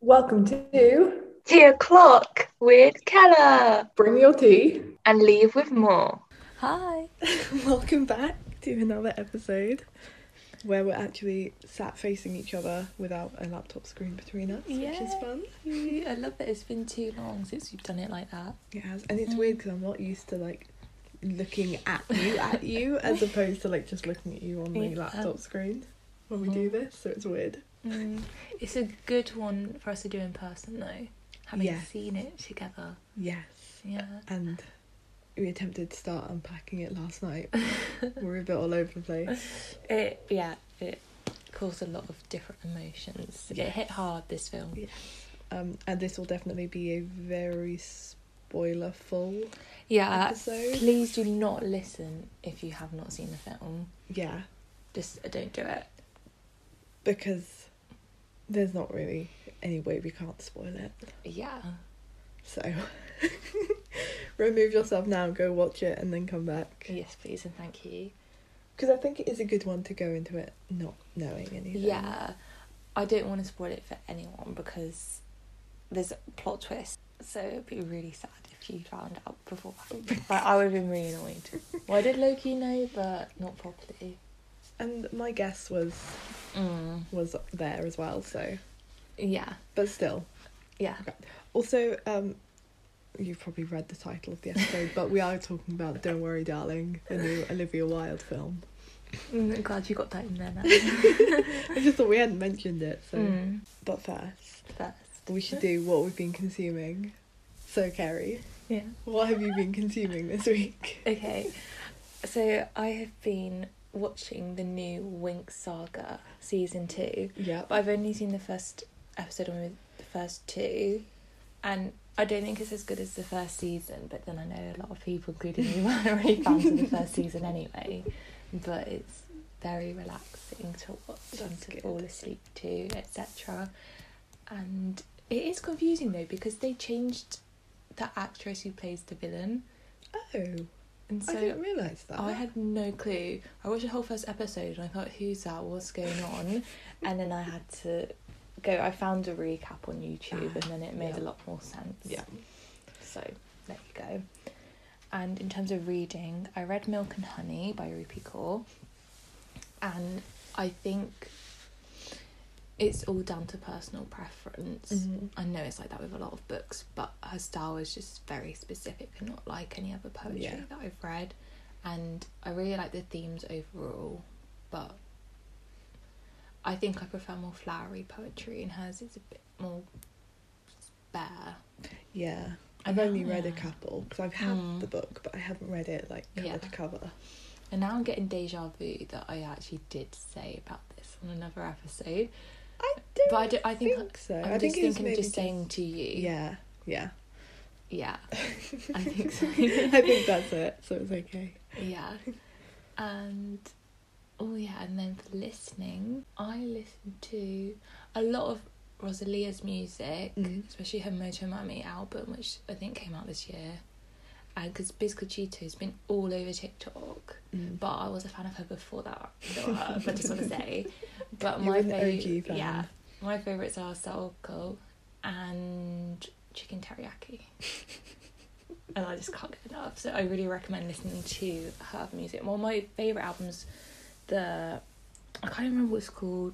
Welcome to Tea O'Clock with Keller Bring Your Tea. and Leave with More. Hi. Welcome back to another episode where we're actually sat facing each other without a laptop screen between us, which is Yay. fun. I love it. It's been too long since you've done it like that. It has, and it's weird because I'm not used to like looking at you at you as opposed to like just looking at you on the Yeah. laptop screen when we do this, so it's weird. Mm. It's a good one for us to do in person though, having Yeah. seen it together. Yes, Yeah. and we attempted to start unpacking it last night. we're a bit all over the place. Uh, It yeah, it caused a lot of different emotions. It hit hard this film. Um, and this will definitely be a very spoiler-full Yeah. Episode. Please do not listen if you have not seen the film. yeah Just uh, don't do it. because there's not really any way we can't spoil it. Yeah. So remove yourself now, go watch it, and then come back. Yes, please and thank you. Because I think it is a good one to go into it not knowing anything. Yeah, I don't want to spoil it for anyone because there's a plot twist. So it'd be really sad if you found out before. like I would have been really annoyed. Why did Loki know, but not properly? And my guess was Mm. was there as well. So, Yeah, but still. yeah, Also, um, you've probably read the title of the episode, but we are talking about "Don't Worry, Darling," the new Olivia Wilde film. Mm, I'm glad you got that in there now. I just thought we hadn't mentioned it. So, Mm. but first, First, we should do what we've been consuming. So, Carrie. yeah. What have you been consuming this week? Okay, so I have been watching the new Wink Saga season two. Yeah, But I've only seen the first episode and the first two, and I don't think it's as good as the first season. But then I know a lot of people, including you, weren't really fans of the first season anyway. But it's very relaxing to watch and That's to good. fall asleep to, etc. And it is confusing though because they changed the actress who plays the villain, Oh, and so I didn't realise that. Oh, I had no clue. I watched the whole first episode and I thought, who's that? What's going on? and then I had to go. I found a recap on YouTube Ah, and then it made yeah. a lot more sense. Yeah. So there you go. And in terms of reading, I read Milk and Honey by Rupi Kaur. And I think it's all down to personal preference. Mhm. I know it's like that with a lot of books, but her style is just very specific and not like any other poetry Yeah. that I've read. And I really like the themes overall, but I think I prefer more flowery poetry, and hers is a bit more bare. Yeah, I've only read a Yeah. couple because I've had Mm. the book, but I haven't read it like cover Yeah. to cover. And now I'm getting deja vu that I actually did say about this on another episode. I don't. But I, do, I think, so. I'm I think just it was thinking of maybe just saying to you. Yeah, yeah. Yeah. I think so. I think that's it. So it's okay. yeah. And oh yeah, and then for listening, I listen to a lot of Rosalia's music, Mhm. especially her Moto Mami album, which I think came out this year. And because Biscochito's been all over TikTok, Mm. but I was a fan of her before that. So, uh, I just want to say, but You're my an OG favorite, fan. yeah, my favorites are Saoko and chicken teriyaki. and I just can't get enough. So I really recommend listening to her music. One of my favourite albums, the I can't remember what it's called,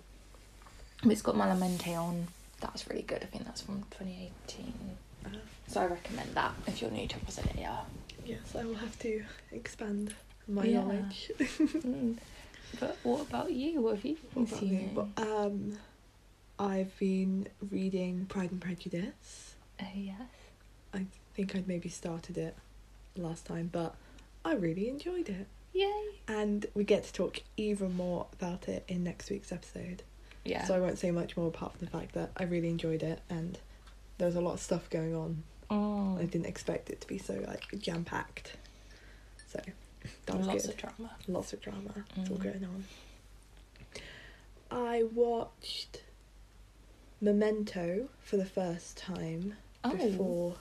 but it's got Malamente on. That's really good. I think that's from 2018. Ah. So I recommend that if you're new to Brasilia. Yes, I will have to expand my Yeah. knowledge. Mm. But what about you? What have you been What about me? seeing? But, um, I've been reading Pride and Prejudice. Oh yes. I think I'd maybe started it last time, but I really enjoyed it. Yay. And we get to talk even more about it in next week's episode. Yeah. So I won't say much more apart from the fact that I really enjoyed it and there was a lot of stuff going on. I Mm. didn't expect it to be so like jam packed. So that was Lots good. of drama. Lots of drama. It's all Mm. going on. I watched Memento for the first time Oh. before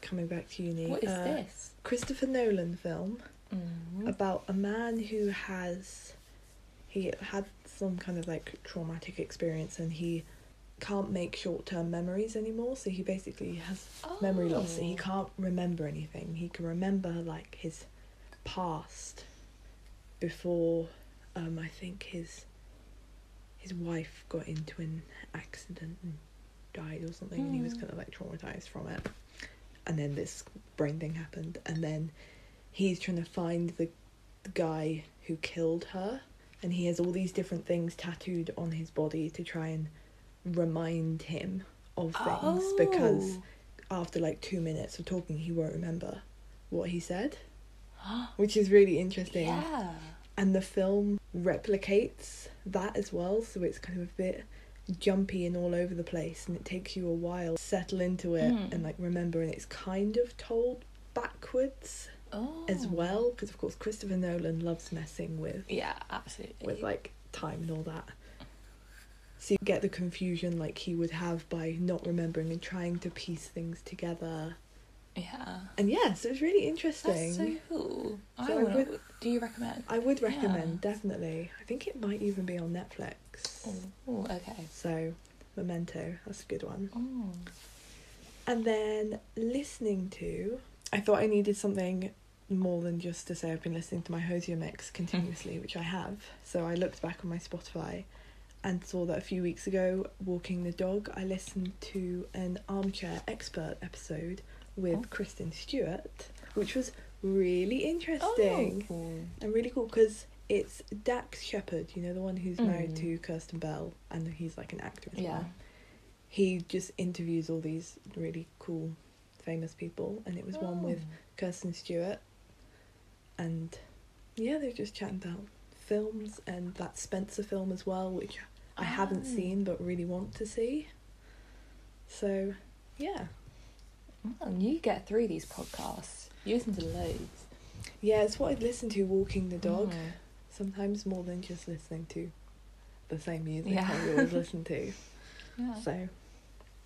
coming back to uni. What is Uh, Mm-hmm. this? Christopher Nolan film Mm. about a man who has he had some kind of like traumatic experience and he can't make short term memories anymore. So he basically has memory loss. Oh. So he can't remember anything. He can remember like his past before um I think his his wife got into an accident and died or something and he was Mm. kind of like traumatized from it. And then this brain thing happened and then he's trying to find the, the guy who killed her and he has all these different things tattooed on his body to try and remind him of things Oh. because after like two minutes of talking, he won't remember what he said, which is really interesting. yeah. And the film replicates that as well, so it's kind of a bit jumpy and all over the place, and it takes you a while to settle into it Mm. and like remember. And it's kind of told backwards Oh. as well, because of course Christopher Nolan loves messing with Yeah, absolutely. with like time and all that. So you get the confusion like he would have by not remembering and trying to piece things together. yeah. And yeah, so it's really interesting. That's so cool. I So I wanna, would- Do you recommend? I would recommend, definitely. I think it might even be on Netflix. Oh, okay. So, Memento, that's a good one. Oh. And then listening to, I thought I needed something more than just to say I've been listening to my Hosier mix continuously, which I have. So I looked back on my Spotify and saw that a few weeks ago, walking the dog, I listened to an armchair expert episode with Oh. Kristen Stewart, which was really interesting Oh. and really cool because it's Dax Shepard, you know, the one who's married Mm. to Kirsten Bell, and he's like an actor as Yeah. well. He just interviews all these really cool, famous people, and it was one with Oh. Kirsten Stewart, and yeah, they were just chatting about films and that Spencer film as well, which I haven't Oh. seen but really want to see. So, yeah, Oh, you get through these podcasts. You listen to loads. yeah, it's what I'd listen to walking the dog. Mm. sometimes more than just listening to the same music Yeah. that we always listen to. Yeah. So,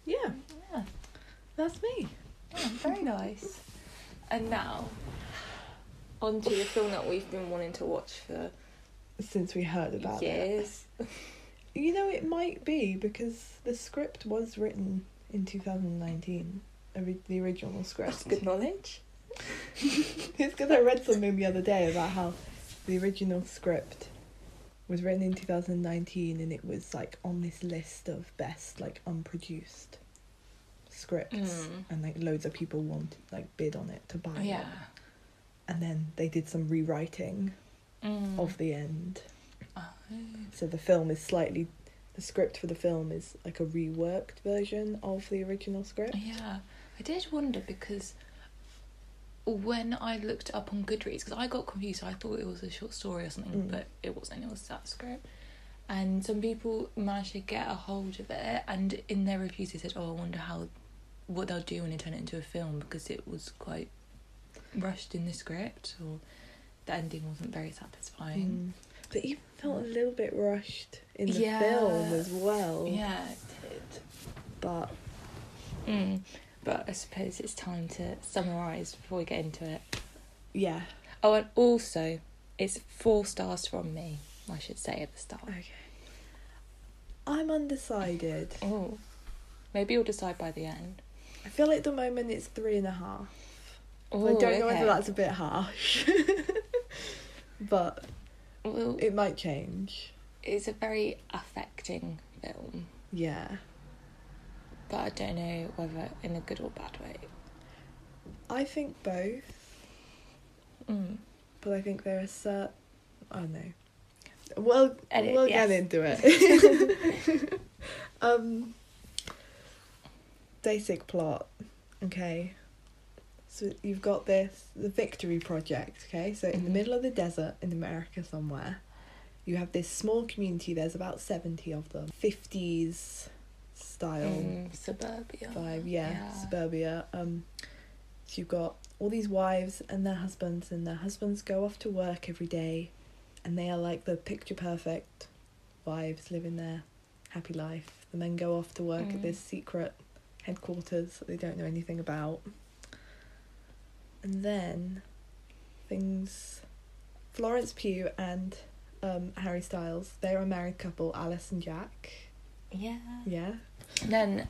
yeah, yeah. that's me. Yeah, Oh, very nice. And now, on to the film that we've been wanting to watch for Since we heard about it, years. you know, it might be because the script was written in 2019. ori- The original script. That's good knowledge. It's because I read something the other day about how the original script was written in 2019 and it was like on this list of best like unproduced scripts Mm. and like loads of people wanted like bid on it to buy it. Yeah. and then they did some rewriting Mm. of the end. Oh. So the film is slightly, the script for the film is like a reworked version of the original script. Yeah, I did wonder because when I looked up on Goodreads, because I got confused, I thought it was a short story or something, Mm. but it wasn't. It was that script. And some people managed to get a hold of it, and in their reviews they said, "Oh, I wonder how what they'll do when they turn it into a film because it was quite rushed in the script, or the ending wasn't very satisfying." Mm. But even felt a little bit rushed in the Yeah. film as well. Yeah, it did. But Mm. But I suppose it's time to summarise before we get into it. yeah, Oh, and also, it's four stars from me. I should say at the start. okay. I'm undecided. Oh, maybe you'll decide by the end. I feel like at the moment it's three and a half. Oh, I don't know okay. whether that's a bit harsh, but Well, it might change. it's a very affecting film, Yeah. but I don't know whether in a good or bad way. I think both. Mm. but I think there are certain. Oh no. Well, Edit, we'll yes. get into it. um, basic plot. Okay. So you've got this the Victory Project. Okay, so in the Mhm. middle of the desert in America somewhere, you have this small community. There's about seventy of them. Fifties style Mm, suburbia. vibe, Um, yeah, Yeah. suburbia. Um, so you've got all these wives and their husbands, and their husbands go off to work every day, and they are like the picture perfect wives living their happy life. The men go off to work Mm. at this secret headquarters that they don't know anything about, and then things. Florence Pugh and um, Harry Styles, they are a married couple, Alice and Jack. Yeah. Yeah. then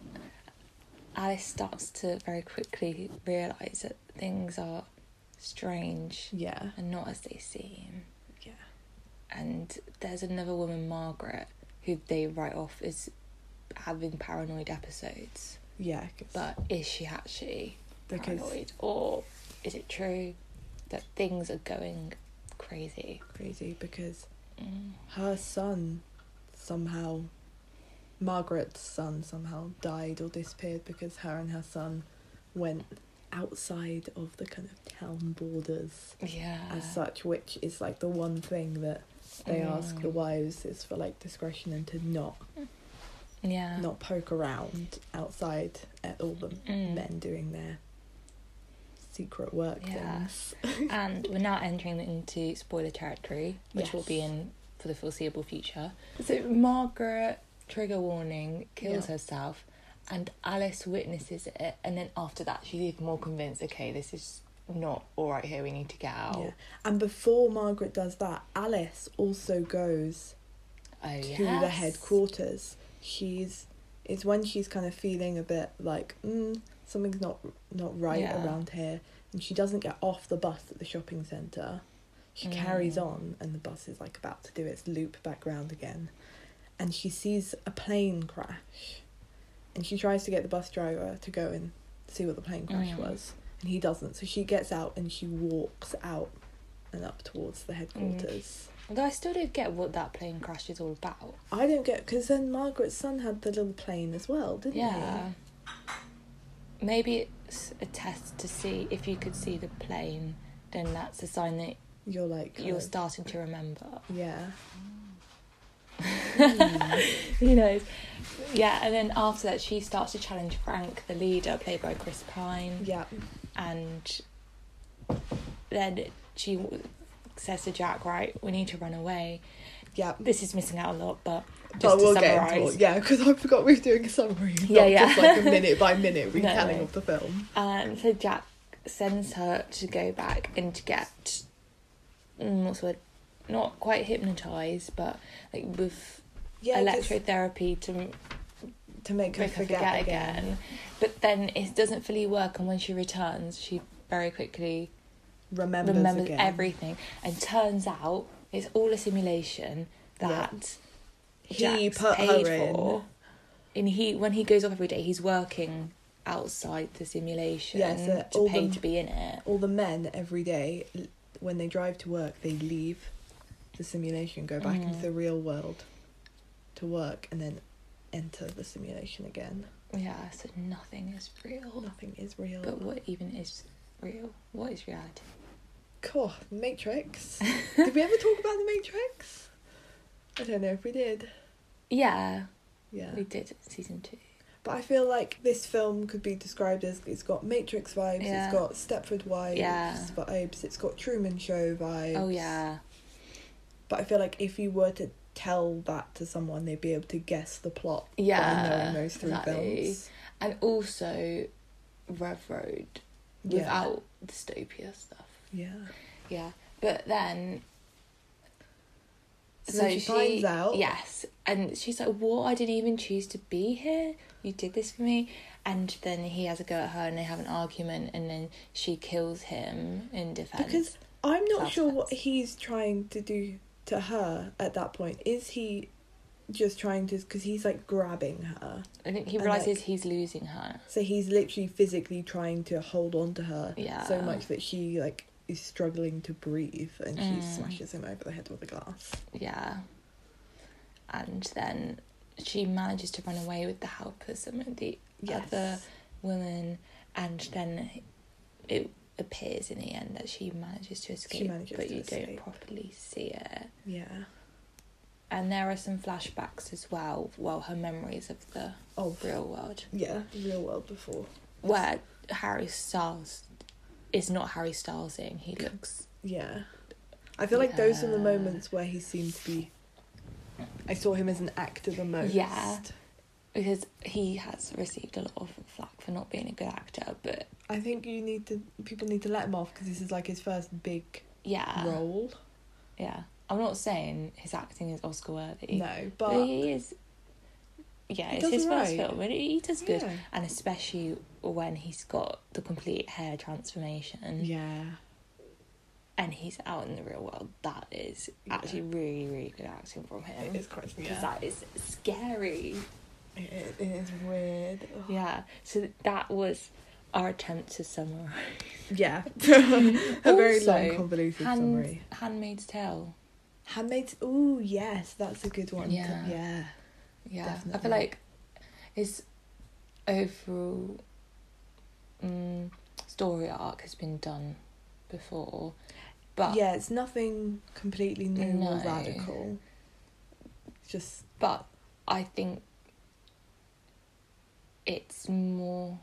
Alice starts to very quickly realise that things are strange Yeah. and not as they seem. Yeah. And there's another woman, Margaret, who they write off as having paranoid episodes. Yeah. 'cause- But is she actually because paranoid? Or is it true that things are going crazy? crazy because Mm. her son somehow Margaret's son somehow died or disappeared because her and her son went outside of the kind of town borders Yeah. as such, which is like the one thing that they ask Mm. the wives is for like discretion and to not Yeah. not poke around outside at all the Mm. men doing their secret work Yeah. things. And we're now entering into spoiler territory, which will be Yes. in for the foreseeable future. So Margaret, trigger warning, kills Yeah. herself, and Alice witnesses it. And then after that, she's even more convinced. Okay, this is not all right here. We need to get out. Yeah. And before Margaret does that, Alice also goes Oh to yeah. the headquarters. She's it's when she's kind of feeling a bit like mm, something's not not right Yeah. around here, and she doesn't get off the bus at the shopping centre. She carries Mm. on, and the bus is like about to do its loop back round again, and she sees a plane crash, and she tries to get the bus driver to go and see what the plane crash Mm. was, and he doesn't. So she gets out and she walks out and up towards the headquarters. Although I still don't get what that plane crash is all about. I don't get because then Margaret's son had the little plane as well, didn't Yeah. Maybe it's a test to see if you could see the plane. Then that's a sign that he? You're like kind you're of- starting to remember. yeah, Who knows? Yeah, and then after that, she starts to challenge Frank, the leader, played by Chris Pine, yeah, and then she w- says to Jack, "Right, we need to run away. yeah. This is missing out a lot, but just but we'll to get into summarize, it. Yeah, because I forgot we were doing a summary. Yeah, not yeah. Just like a minute by minute retelling no. of the film. um, so Jack sends her to go back and to get mm, what's the word? Not quite hypnotized, but like with Yeah, 'cause- electrotherapy to to make her, make her forget, again. But then it doesn't fully work, and when she returns, she very quickly Remembers, remembers again. everything. And turns out it's all a simulation Yeah. that He Jack's put paid her in. for. And he, when he goes off every day, he's working outside the simulation Yeah, so all to pay the- to be in it. All the men every day, l- when they drive to work, they leave the simulation, go back Mm-hmm. into the real world to work, and then enter the simulation again. Yeah, so nothing is real. Nothing is real. Oh. But what even is real? What is reality? Cool. Matrix. did we ever talk about the Matrix? I don't know if we did. Yeah, Yeah. we did season two. But I feel like this film could be described as it's got Matrix vibes, Yeah. it's got Stepford wives Yeah. vibes, it's got Truman Show vibes. Oh yeah. But I feel like if you were to tell that to someone, they'd be able to guess the plot by Yeah, knowing those three exactly. films. and also Rev Road Yeah. without dystopia stuff. Yeah. Yeah, but then So, then she, finds out. Yes, and she's like, "What? I didn't even choose to be here. You did this for me." And then he has a go at her, and they have an argument, and then she kills him in defense. Because I'm not sure what Self-defense. he's trying to do to her at that point. Is he just trying to? Because he's like grabbing her, I think he and, realizes like- he's losing her. so he's literally physically trying to hold on to her so Yeah. much that she like is struggling to breathe, and she Mm. smashes him over the head with a glass. Yeah, and then she manages to run away with the help of some of the Yes. other woman, and then it appears in the end that she manages to escape, manages but to you escape. don't properly see it. Yeah. And there are some flashbacks as well, well, her memories of the Oh. real world, Yeah. the Real world before. where Harry Styles is not Harry Stylesing. He looks Yeah. I feel like those are the Yeah. moments where he seemed to be. I saw him as an actor the most. Yeah. because he has received a lot of flack for not being a good actor, but I think you need to. People need to let him off because this is like his first big yeah, role. yeah. I'm not saying his acting is Oscar worthy. No, but he is yeah, He it's does his first alright. film, and he does good. Yeah. And especially when he's got the complete hair transformation Yeah. and he's out in the real world, that is Yeah. actually really, really good acting from him. It is quite Because yeah. that is scary. It, it is weird. Ugh. Yeah. So that was our attempt to summarize Yeah. a very long Also, convoluted Hand- summary. Handmaid's Tale. Handmaid's Oh yes, that's a good one. Yeah. Yeah. Yeah. I Definitely. feel like his overall mm story arc has been done before. But yeah, it's nothing completely new or No. radical. It's Just but I think it's more.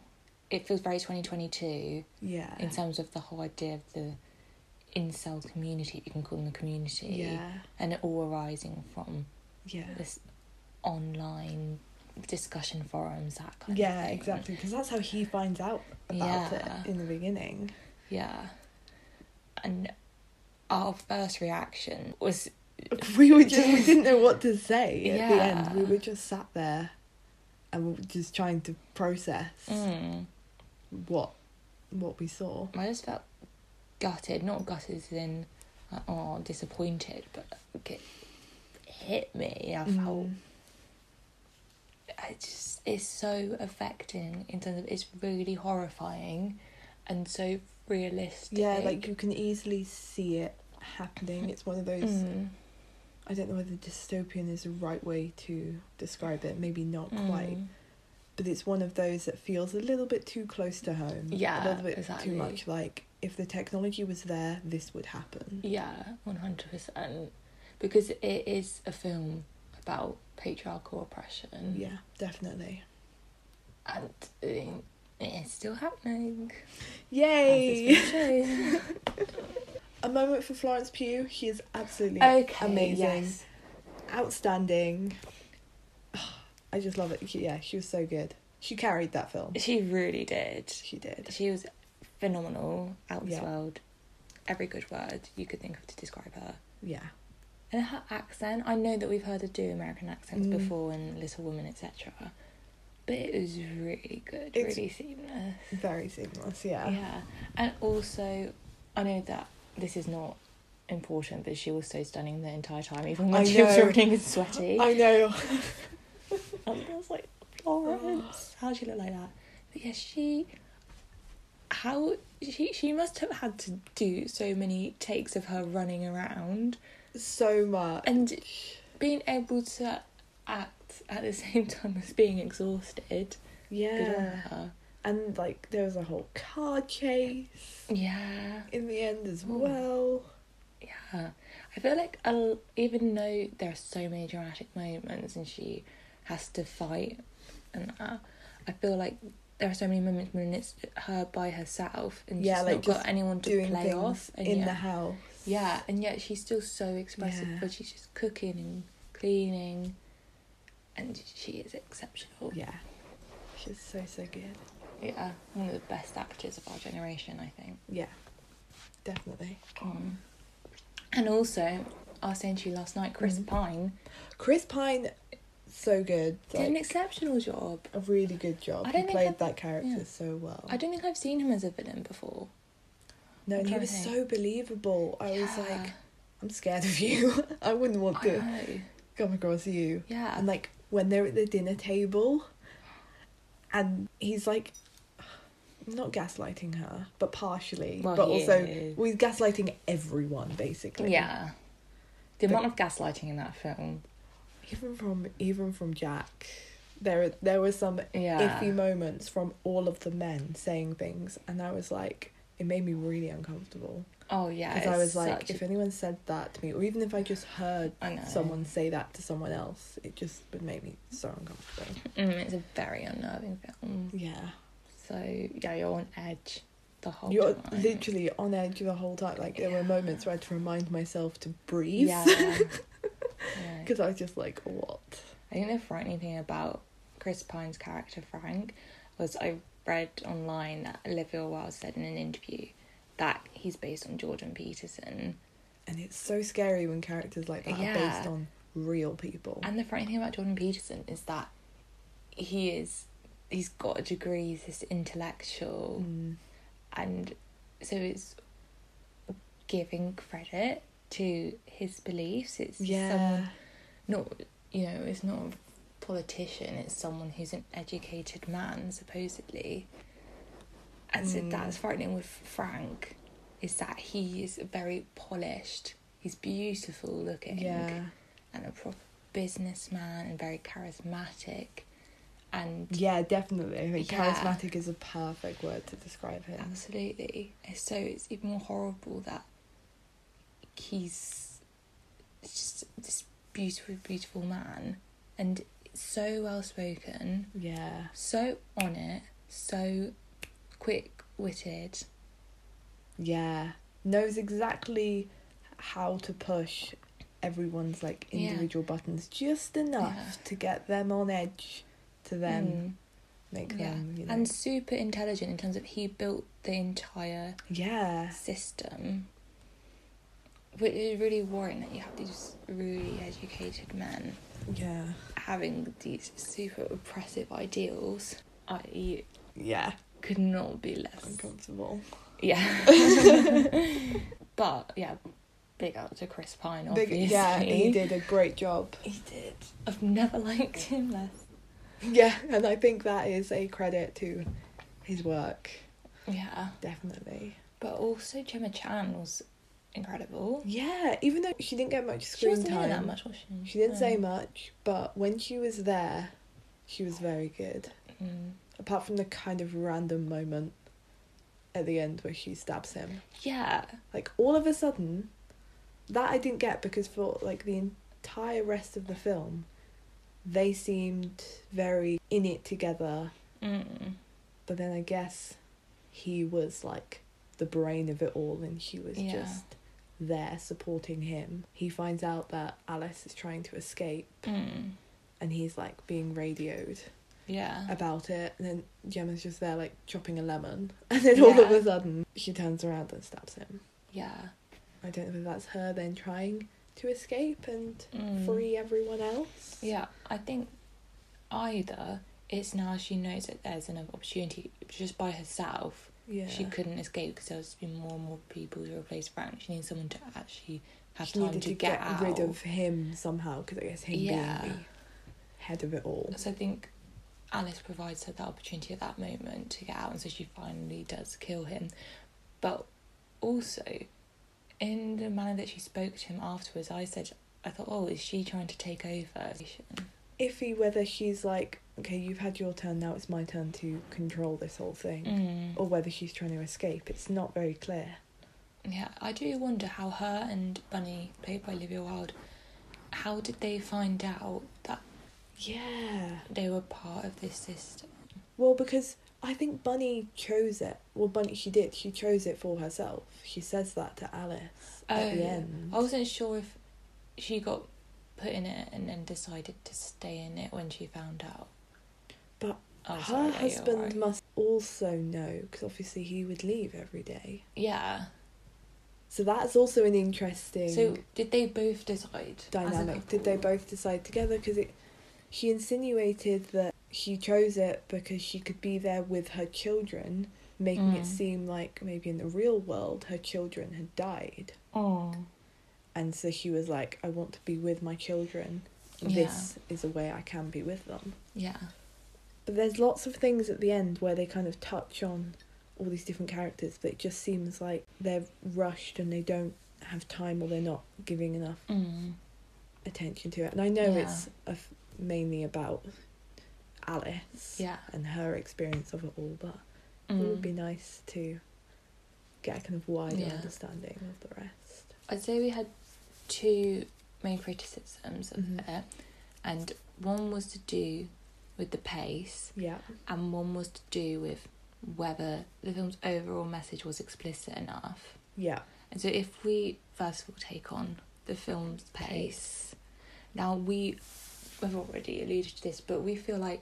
It feels very 2022 yeah. in terms of the whole idea of the incel community. You can call them the community, Yeah. and it all arising from Yeah. this online discussion forums, that kind Yeah, of thing. exactly. Because that's how he finds out about Yeah. it in the beginning. Yeah, and our first reaction was We were just we didn't know what to say at the end. Yeah. We were just sat there, and we were just trying to process mm, what what we saw. I just felt gutted, not gutted as in like, oh disappointed, but like, it hit me. I felt Mm. it just is so affecting in terms of it's really horrifying and so realistic. Yeah, like you can easily see it happening. It's one of those. Mm, I don't know whether dystopian is the right way to describe it. Maybe not quite, mm. but it's one of those that feels a little bit too close to home. Yeah, a little bit exactly. too much. Like if the technology was there, this would happen. Yeah, one hundred percent. Because it is a film about patriarchal oppression. Yeah, definitely. And uh, it's still happening. as Yay! this film shows. A moment for Florence Pugh. She is absolutely Okay, amazing, yes. outstanding. I just love it. Yeah, she was so good. She carried that film. She really did. She did. She was phenomenal, out of this Yeah. world. Every good word you could think of to describe her. Yeah. And her accent, I know that we've heard her do American accents Mm. before in Little Women, etc. But it was really good, It's- really seamless. Very seamless, yeah. Yeah. And also, I know that this is not important, but she was so stunning the entire time, even when I she was know. running and sweaty. I know. And I was like, Florence, how'd she look like that? But yeah, she, how she she must have had to do so many takes of her running around So much. and being able to act at the same time as being exhausted. Good on Yeah. her. And like there was a whole car chase Yeah, in the end as Ooh. well. yeah. I feel like a l even though there are so many dramatic moments and she has to fight and that, I feel like there are so many moments when it's her by herself and Yeah, she's like, not got just anyone to Doing play things off. And in yeah, the house. yeah, and yet she's still so expressive Yeah. when she's just cooking and cleaning, and she is exceptional. Yeah. She's so so good. Yeah, one of the best actors of our generation, I think. Yeah. Definitely. Um, and also, I was saying to you last night, Chris Mhm. Pine Chris Pine so good. did an Like, exceptional job. a really good job. I He don't think played I've- that character yeah. so well. I don't think I've seen him as a villain before. no, and he trying to was think. so believable. I was Yeah. like, I'm scared of you. I wouldn't want I to know. come across you. Yeah. and like when they're at the dinner table and he's like not gaslighting her but partially Well, but he also is. well, he's gaslighting everyone basically yeah. The But- amount of gaslighting in that film. even from even from jack there there were some Yeah. iffy moments from all of the men saying things and i was like it made me really uncomfortable Oh yeah. because i it's was like such if a- anyone said that to me or even if i just heard I know. someone say that to someone else it just would make me so uncomfortable Mm, it's a very unnerving film. yeah So yeah, you're on edge the whole You're time. literally on edge the whole time. Like there were Yeah. moments where I had to remind myself to breathe Yeah. I know. because I was just like, "What?" I think the frightening thing about Chris Pine's character Frank was I read online that Olivia Wilde said in an interview that he's based on Jordan Peterson. And it's so scary when characters like that are Yeah. based on real people. And the frightening thing about Jordan Peterson is that he is he's got a degree, he's this intellectual Mm. and so it's giving credit to his beliefs. It's someone Yeah. not you know, it's not a politician, it's someone who's an educated man, supposedly. And so Mm. that's frightening with Frank, is that he is very polished, he's beautiful looking Yeah. and a proper businessman and very charismatic and Yeah, definitely. I think Yeah. charismatic is a perfect word to describe him. absolutely so it's even more horrible that he's just this beautiful beautiful man and so well spoken Yeah. so on it so quick witted Yeah. Knows exactly how to push everyone's like Yeah. individual buttons just enough Yeah. Mm-hmm. to get them on edge to then make Yeah. them, you know. Mm. and super intelligent in terms of he built the entire yeah. system, which is really worrying that you have these really educated men Yeah. having these super oppressive ideals. I Yeah. could not be less. Uncomfortable. Yeah. but yeah, big up to Chris Pine, Big- obviously. yeah, he did a great job. He did. I've never liked him less. Yeah, and I think that is a credit to his work, Yeah, definitely. but also Gemma Chan was incredible. Yeah, even though she didn't get much She screen wasn't in time, that much, was she? she didn't say Um, much, but when she was there, she was very good. mm. Apart from the kind of random moment at the end where she stabs him. Yeah, Like, all of a sudden, that I didn't get because for like the entire rest of the film, they seemed very in it together. mm. But then I guess he was like the brain of it all and she was Yeah. just there supporting him. He finds out that Alice is trying to escape Mm. and he's like being radioed yeah. about it and then Gemma's just there like chopping a lemon and then all of Yeah. a sudden she turns around and stabs him. Yeah. I don't know if that's her then trying to escape and Mm. free everyone else. Yeah, I think either it's now she knows that there's another opportunity just by herself. Yeah. She couldn't escape because there's been more and more people to replace Frank. She needs someone to actually have she time needed to, to, get, get, out. rid of him somehow because I guess him Yeah. being the head of it all. So I think Alice provides her that opportunity at that moment to get out, and so she finally does kill him. But also, in the manner that she spoke to him afterwards, I said, I thought, oh, is she trying to take over? iffy whether she's like, okay, you've had your turn, now it's my turn to control this whole thing, Mm. or whether she's trying to escape. It's not very clear. Yeah, I do wonder how her and Bunny, played by Olivia Wilde, how did they find out that Yeah. they were part of this system? Well, because I think Bunny chose it. Well, Bunny, she did. She chose it for herself. She says that to Alice at the Oh, end. I wasn't sure if she got put in it and then decided to stay in it when she found out. But oh, Her sorry, no, you're husband right. must also know, because obviously he would leave every day. Yeah. So that's also an interesting. So did they both decide? as a dynamic did they couple? both decide together because it she insinuated that she chose it because she could be there with her children making it Mm. seem like maybe in the real world her children had died Oh. and so she was like i want to be with my children Yeah. this is a way i can be with them Yeah. but there's lots of things at the end where they kind of touch on all these different characters but it just seems like they're rushed and they don't have time or they're not giving enough Mm. attention to it. And I know Yeah. it's a f- mainly about Alice Yeah. and her experience of it all, but it Mm. would be nice to get a kind of wider Yeah. understanding of the rest. I'd say we had two main criticisms of Mhm. it, and one was to do with the pace, Yeah. and one was to do with whether the film's overall message was explicit enough. Yeah. And so, if we first of all take on the film's pace, now we we've already alluded to this, but we feel like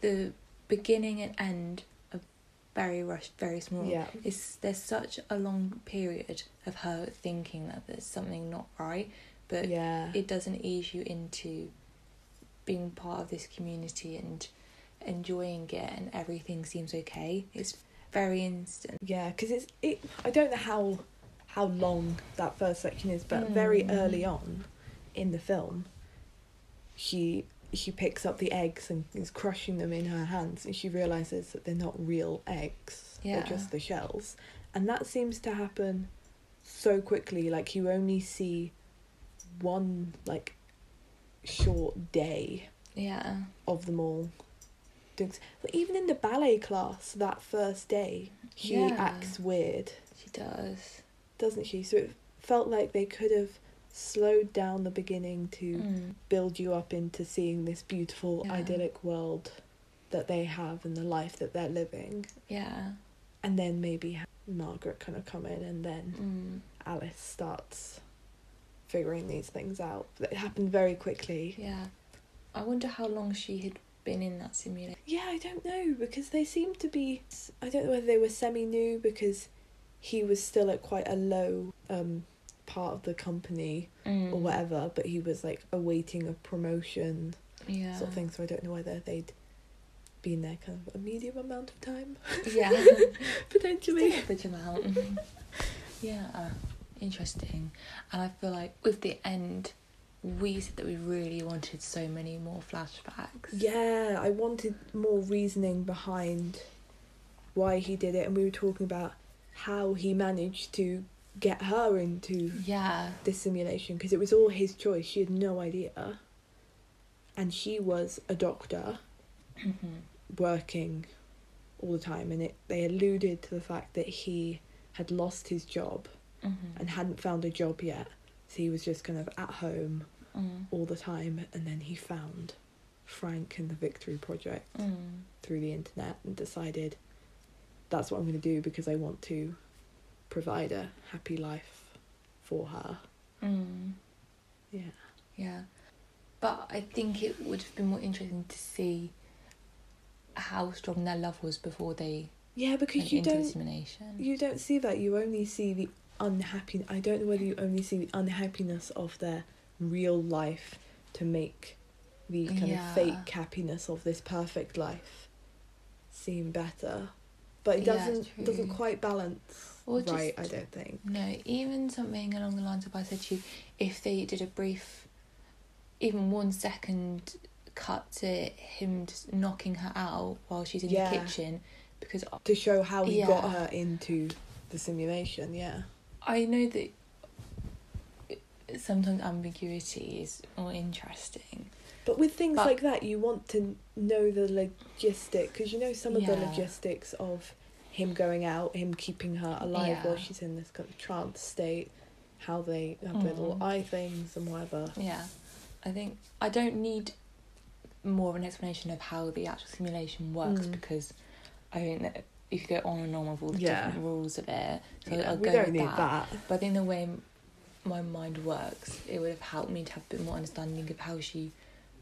the beginning and end are very rushed, very small Yeah. it's there's such a long period of her thinking that there's something not right, but Yeah. it doesn't ease you into being part of this community and enjoying it and everything seems okay. It's very instant. Yeah, because it's it. I don't know how how long that first section is, but very early on in the film, she she picks up the eggs and is crushing them in her hands, and she realizes that they're not real eggs. Yeah. They're just the shells, and that seems to happen so quickly. Like you only see one like short day Yeah. of them all. Doing, s- but even in the ballet class that first day, she Yeah. acts weird, She does. doesn't she? So it felt like they could have slowed down the beginning to Mm. build you up into seeing this beautiful, Yeah. idyllic world that they have and the life that they're living, Yeah. and then maybe ha- Margaret kind of come in, and then Mm. Alice starts figuring these things out. It happened very quickly. Yeah. I wonder how long she had been in that simulator. Yeah, I don't know because they seem to be. I don't know whether they were semi new because he was still at quite a low um, part of the company Mm. or whatever, but he was like awaiting a promotion Yeah. sort of thing. So I don't know whether they'd been there kind of a medium amount of time Yeah. potentially. average amount. yeah. Interesting. And I feel like with the end, we said that we really wanted so many more flashbacks. Yeah, I wanted more reasoning behind why he did it, and we were talking about how he managed to get her into Yeah. this simulation because it was all his choice. She had no idea. And she was a doctor Mm-hmm. working all the time. And it, they alluded to the fact that he had lost his job Mm-hmm. and hadn't found a job yet. So he was just kind of at home Mm. all the time. And then he found Frank and the Victory Project Mm. through the internet and decided that's what I'm going to do because I want to provide a happy life for her. Mm. Yeah. Yeah. But I think it would have been more interesting to see how strong their love was before they Yeah, because went you into the don't simulation. you don't see that. You only see the unhappy. I don't know whether you only see the unhappiness of their real life to make the kind Yeah. of fake happiness of this perfect life seem better, but it Yeah, doesn't doesn't true. quite balance Or right. I just- don't think. No, even something along the lines of I said to you, if they did a brief, even one second cut to him just knocking her out while she's in Yeah. the kitchen, because To show how he got Yeah. her into the simulation, yeah. I know that sometimes ambiguity is more interesting. But with things But- like that, you want to know the logistic because you know some of the Yeah. logistics of him going out, him keeping her alive while Yeah. she's in this kind of trance state, how they have their little Mm. eye things and whatever. Yeah, I think I don't need more of an explanation of how the actual simulation works Mm. because I think that you could go on and on with all the Yeah. different rules of it. So Yeah, I'll uh, we go don't with need that. that. But I think the way m- my mind works, it would have helped me to have a bit more understanding of how she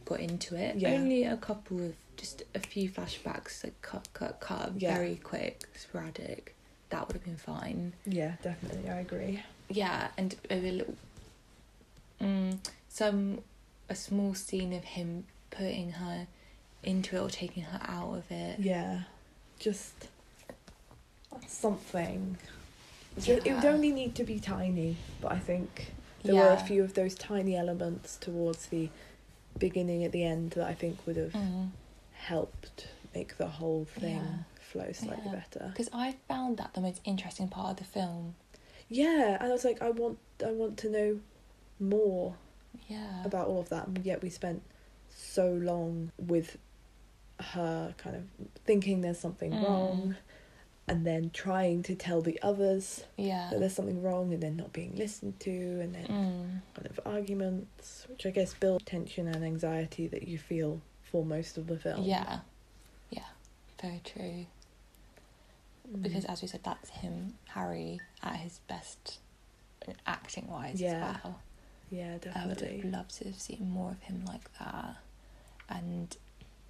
got into it. Yeah. Only a couple of, just a few flashbacks, like cut, cut, cut, Yeah. very quick, sporadic. That would have been fine. Yeah, definitely, I agree. Yeah, and maybe a little, mm, some, a small scene of him putting her into it or taking her out of it. Yeah, just something. Yeah. It would only need to be tiny, but I think there were a Yeah. few of those tiny elements towards the beginning at the end that I think would have Mm. helped make the whole thing Yeah. flow slightly Yeah. better. Because I found that the most interesting part of the film. Yeah, and I was like, I want, I want to know more Yeah. about all of that. And yet we spent so long with her, kind of thinking there's something Mm. wrong, and then trying to tell the others yeah. that there's something wrong, and then not being listened to, and then Mm. kind of arguments, which I guess build tension and anxiety that you feel for most of the film. Yeah, yeah, very true. Mm. Because as we said, that's him, Harry, at his best, acting wise Yeah, as well. yeah, I would definitely. have loved to have seen more of him like that, and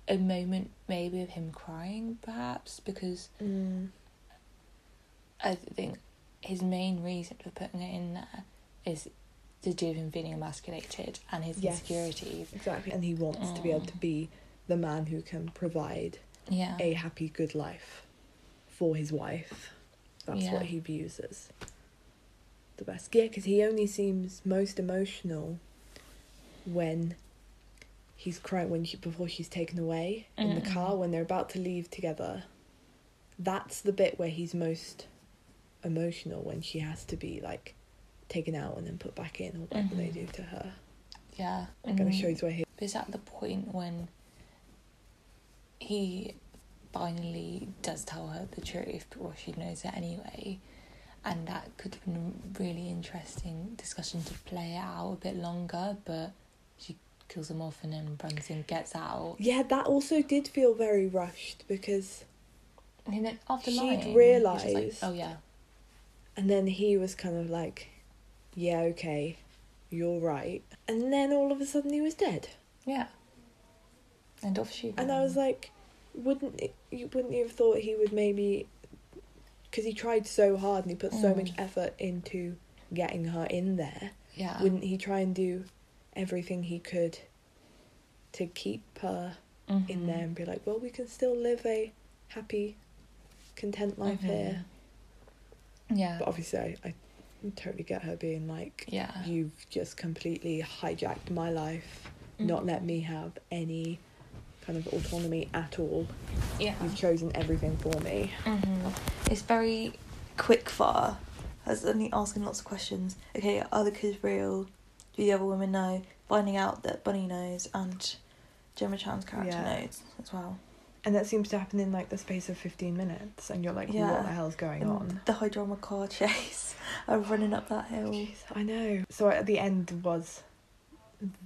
a moment maybe of him crying, perhaps, because Mm. I think his main reason for putting it in there is to do with him feeling emasculated and his Yes. insecurities. Exactly. And he wants to be able Mm. to be the man who can provide Yeah. a happy, good life for his wife. That's Yeah. what he views as the best. Yeah, because he only seems most emotional when he's crying when she, before she's taken away in the Mm-mm. car when they're about to leave together. That's the bit where he's most emotional when she has to be like taken out and then put back in or whatever they do to her. Yeah. Kind of Mm. shows where he But it's at the point when he finally does tell her the truth, or she knows it anyway. And that could have been a really interesting discussion to play out a bit longer, but she kills him off and then runs and gets out. Yeah, that also did feel very rushed because And then after She'd lying, she's realised- like, oh yeah, And then he was kind of like, yeah, okay, you're right. And then all of a sudden he was dead. yeah. And off she. And I was ran. like, wouldn't it, you wouldn't you have thought he would maybe because he tried so hard and he put so Mm. much effort into getting her in there. yeah, Wouldn't he try and do everything he could to keep her in Mhm. there and be like, well, we can still live a happy, content life Mhm. here. Yeah, But obviously, I, I totally get her being like, yeah, you've just completely hijacked my life, Mm. not let me have any kind of autonomy at all. yeah. You've chosen everything for me. hmm Mm-hmm. It's very quick fire. I was only asking lots of questions. Okay, are the kids real? Do the other women know? Finding out that Bunny knows and Gemma Chan's character Yeah. knows as well. And that seems to happen in like the space of 15 minutes, and you're like, Yeah. what the hell's going And on? the high drama car chase of running up that hill. Jeez, I know. So at the end was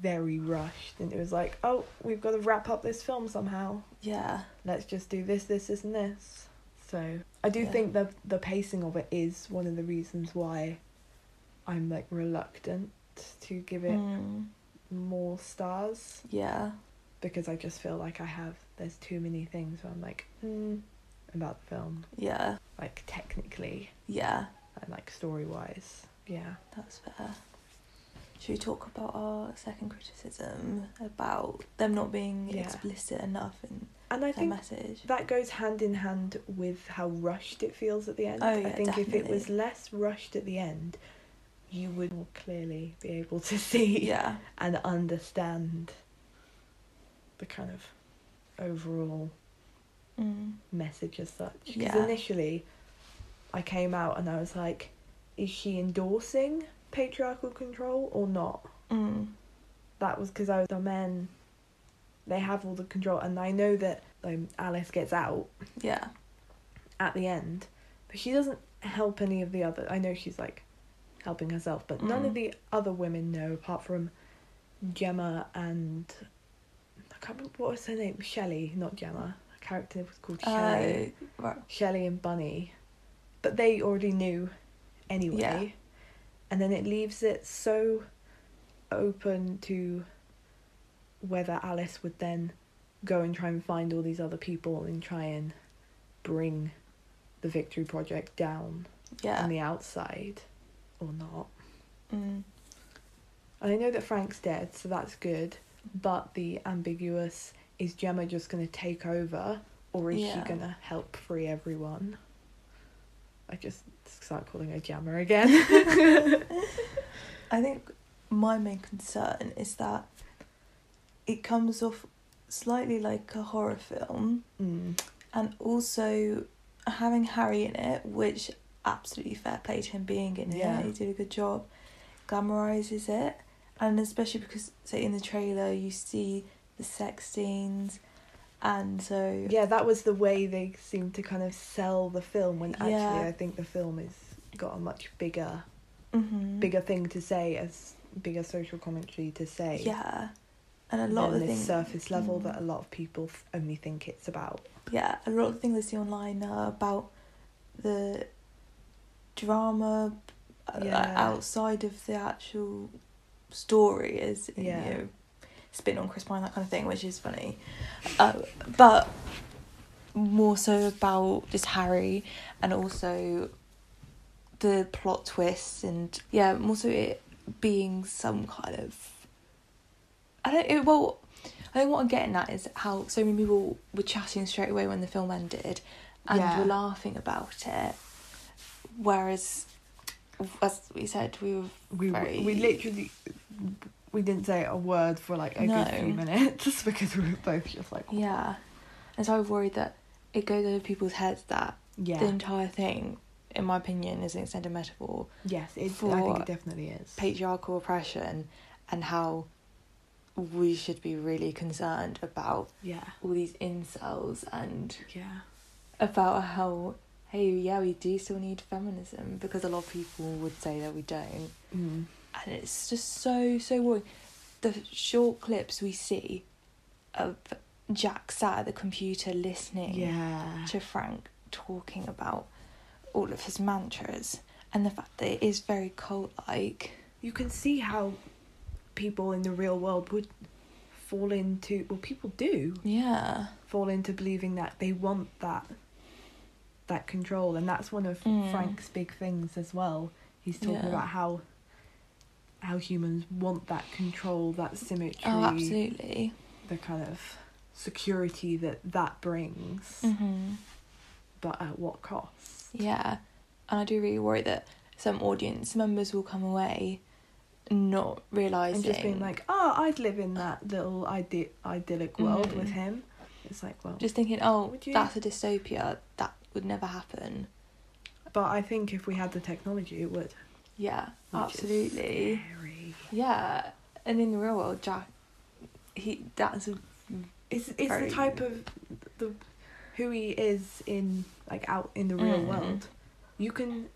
very rushed, and it was like, oh, we've got to wrap up this film somehow. Yeah. Let's just do this, this, this, and this. So I do Yeah. think the the pacing of it is one of the reasons why I'm like reluctant to give it Mm, more stars yeah. because I just feel like I have there's too many things where I'm like mm, about the film Yeah. like technically Yeah. and like story wise yeah That's fair. Should we talk about our second criticism about them not being Yeah. explicit enough in and I their think message? that goes hand in hand with how rushed it feels at the end Oh, I yeah, think if it was definitely. less rushed at the end you would more clearly be able to see Yeah. and understand the kind of overall Mm. message as such. Because Yeah. initially, I came out and I was like, is she endorsing patriarchal control or not? Mm. That was because I was the men. They have all the control, and I know that um, Alice gets out Yeah. at the end, but she doesn't help any of the other. I know she's like helping herself, but none of Mm. the other women know apart from Gemma and I can't remember what was her name. Shelley, not Gemma. Her character was called Shelley. Uh, right. Shelley and Bunny, but they already knew anyway. Yeah. And then it leaves it so open to whether Alice would then go and try and find all these other people and try and bring the Victory Project down Yeah. on the outside or not. Mm. And I know that Frank's dead, so that's good, but the ambiguous is Gemma just going to take over or is Yeah. she going to help free everyone? I just start calling her Gemma again. I think my main concern is that it comes off slightly like a horror film, mm. and also having Harry in it, which absolutely fair play to him being in Yeah. it. He did a good job. Glamorizes it, and especially because say in the trailer you see the sex scenes, and so Yeah, that was the way they seemed to kind of sell the film when actually Yeah. I think the film has got a much bigger Mhm. bigger thing to say as bigger social commentary to say. yeah, and a lot than of the this things surface level Mm. that a lot of people f- only think it's about. yeah, a lot of things I see online are about the drama uh, Yeah. outside of the actual story is in, Yeah. you know, spin on Chris Pine that kind of thing, which is funny, uh, but more so about just Harry and also the plot twists and yeah, more so it being some kind of I don't it, well I think what I'm getting at is how so many people were chatting straight away when the film ended, and Yeah. were laughing about it, whereas, as we said, we were We very we literally we didn't say a word for like a good few No. minutes because we were both just like yeah, and so I worried that it goes over people's heads that yeah the entire thing, in my opinion, is an extended metaphor yes it, I think for it definitely is patriarchal oppression, and how we should be really concerned about yeah all these incels and yeah about how hey yeah we do still need feminism because a lot of people would say that we don't mm. and it's just so so worrying the short clips we see of jack sat at the computer listening yeah to frank talking about all of his mantras and the fact that it is very cult like you can see how people in the real world would fall into well people do yeah fall into believing that they want that that control and that's one of Mm. frank's big things as well he's talking Yeah. about how how humans want that control that symmetry oh absolutely the kind of security that that brings hmm but at what cost Yeah, and I do really worry that some audience members will come away not realizing. and just being like oh i'd live in that little ide- idyllic world with Mm. him it's like well just thinking, oh, Would you- that's a dystopia. That would never happen. but i think if we had the technology it would Yeah, which is absolutely. scary. Yeah, and in the real world, Jack, he that's a, It's it's very- the type of the who he is in like out in the real Mm. world. You can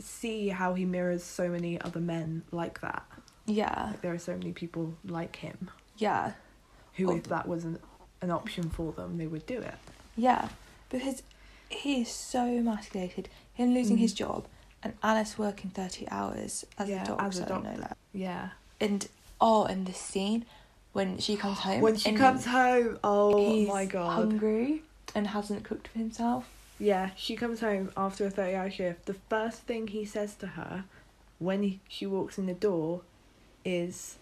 see how he mirrors so many other men like that. yeah, Like there are so many people like him yeah, who, Oh. if that wasn't an option for them, they would do it. yeah, because he is so emasculated. Him losing Mm. his job, and Alice working thirty hours as Yeah, a doctor, as a no doctor. less. Yeah. and oh, and this scene when she comes home. When she Um, and comes home, oh he's my god. hungry and hasn't cooked for himself. Yeah, she comes home after a 30 hour shift. The first thing he says to her when he, she walks in the door is,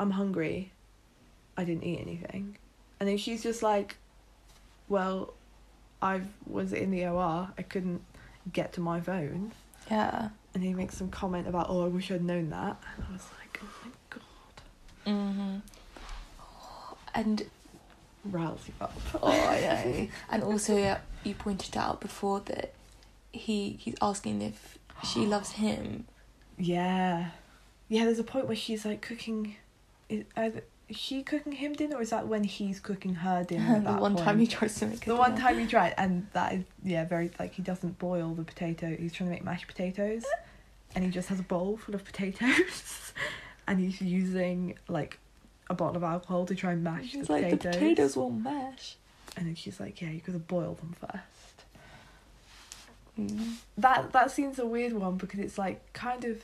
I'm hungry. I didn't eat anything. And then she's just like, Well, I was in the OR. I couldn't get to my phone. Yeah. And he makes some comment about, Oh, I wish I'd known that. And I was like, Oh my God. Mhm. And Rouse you up. oh, I know. and also, uh, you pointed out before that he he's asking if she loves him. Yeah. Yeah, there's a point where she's like cooking. Is, either- is she cooking him dinner or is that when he's cooking her dinner? the At that one point? time he tries to make her The one dinner. time he tried, and that is, yeah, very. Like, he doesn't boil the potato. He's trying to make mashed potatoes, and he just has a bowl full of potatoes, and he's using, like, a bottle of alcohol to try and mash She's the like potatoes. the potatoes will mash. And then she's like, yeah, you gotta boil them first. Mm. that that scene's a weird one because it's like kind of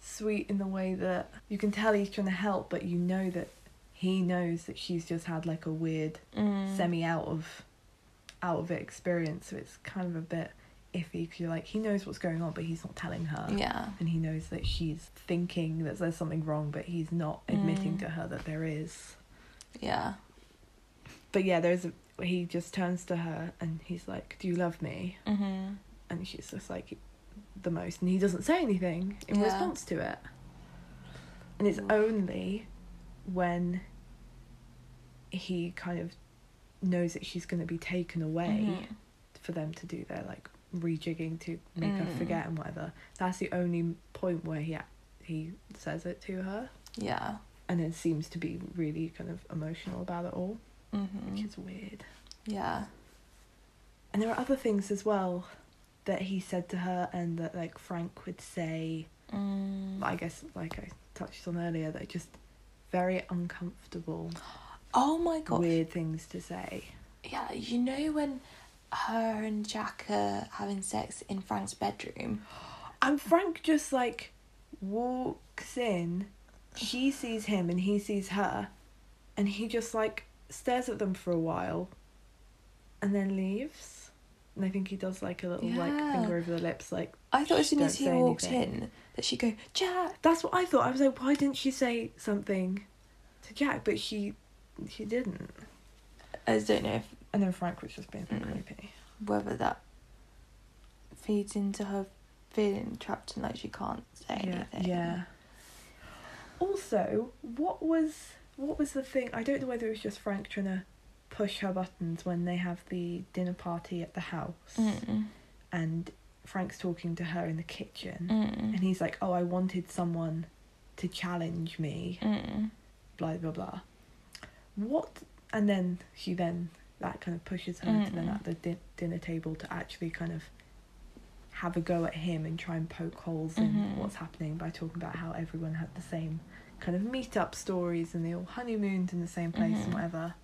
sweet in the way that you can tell he's trying to help, but you know that he knows that she's just had like a weird Mm. semi out of out of it experience, so it's kind of a bit iffy because you're like he knows what's going on, but he's not telling her. Yeah. And he knows that she's thinking that there's something wrong, but he's not admitting Mm. to her that there is. Yeah. But yeah, there's a, he just turns to her and he's like, "Do you love me?" Mhm. and she's just like the most and he doesn't say anything in Yeah. response to it and it's only when he kind of knows that she's going to be taken away Mhm. for them to do their like rejigging to make her Mm. forget and whatever that's the only point where he ac- he says it to her Yeah. and then seems to be really kind of emotional about it all which Mhm. is weird Yeah. And there are other things as well that he said to her, and that like Frank would say. Mm. I guess like I touched on earlier, that are just very uncomfortable, Oh my gosh. weird things to say. Yeah, you know when her and Jack are having sex in Frank's bedroom? And Frank just like walks in. She sees him, and he sees her, and he just like stares at them for a while, and then leaves. And I think he does like a little like Yeah. finger over the lips, like I thought as Shh, soon as don't he say walked anything. in that she'd go, Jack! That's what I thought. I was like, why didn't she say something to Jack? But she She didn't. I just don't know if, And then Frank was just being a bit Mm. creepy. whether that feeds into her feeling trapped and like she can't say anything. Yeah. Also, what was what was the thing? I don't know whether it was just Frank trying to push her buttons when they have the dinner party at the house, Mm, and Frank's talking to her in the kitchen, and mm, he's like, "Oh, I wanted someone to challenge me," mm. blah blah blah. What? And then she then that kind of pushes her to then Mm. at the di- dinner table to actually kind of have a go at him and try and poke holes in Mhm. what's happening by talking about how everyone had the same kind of meet-up stories and they all honeymooned in the same place Mhm. and whatever.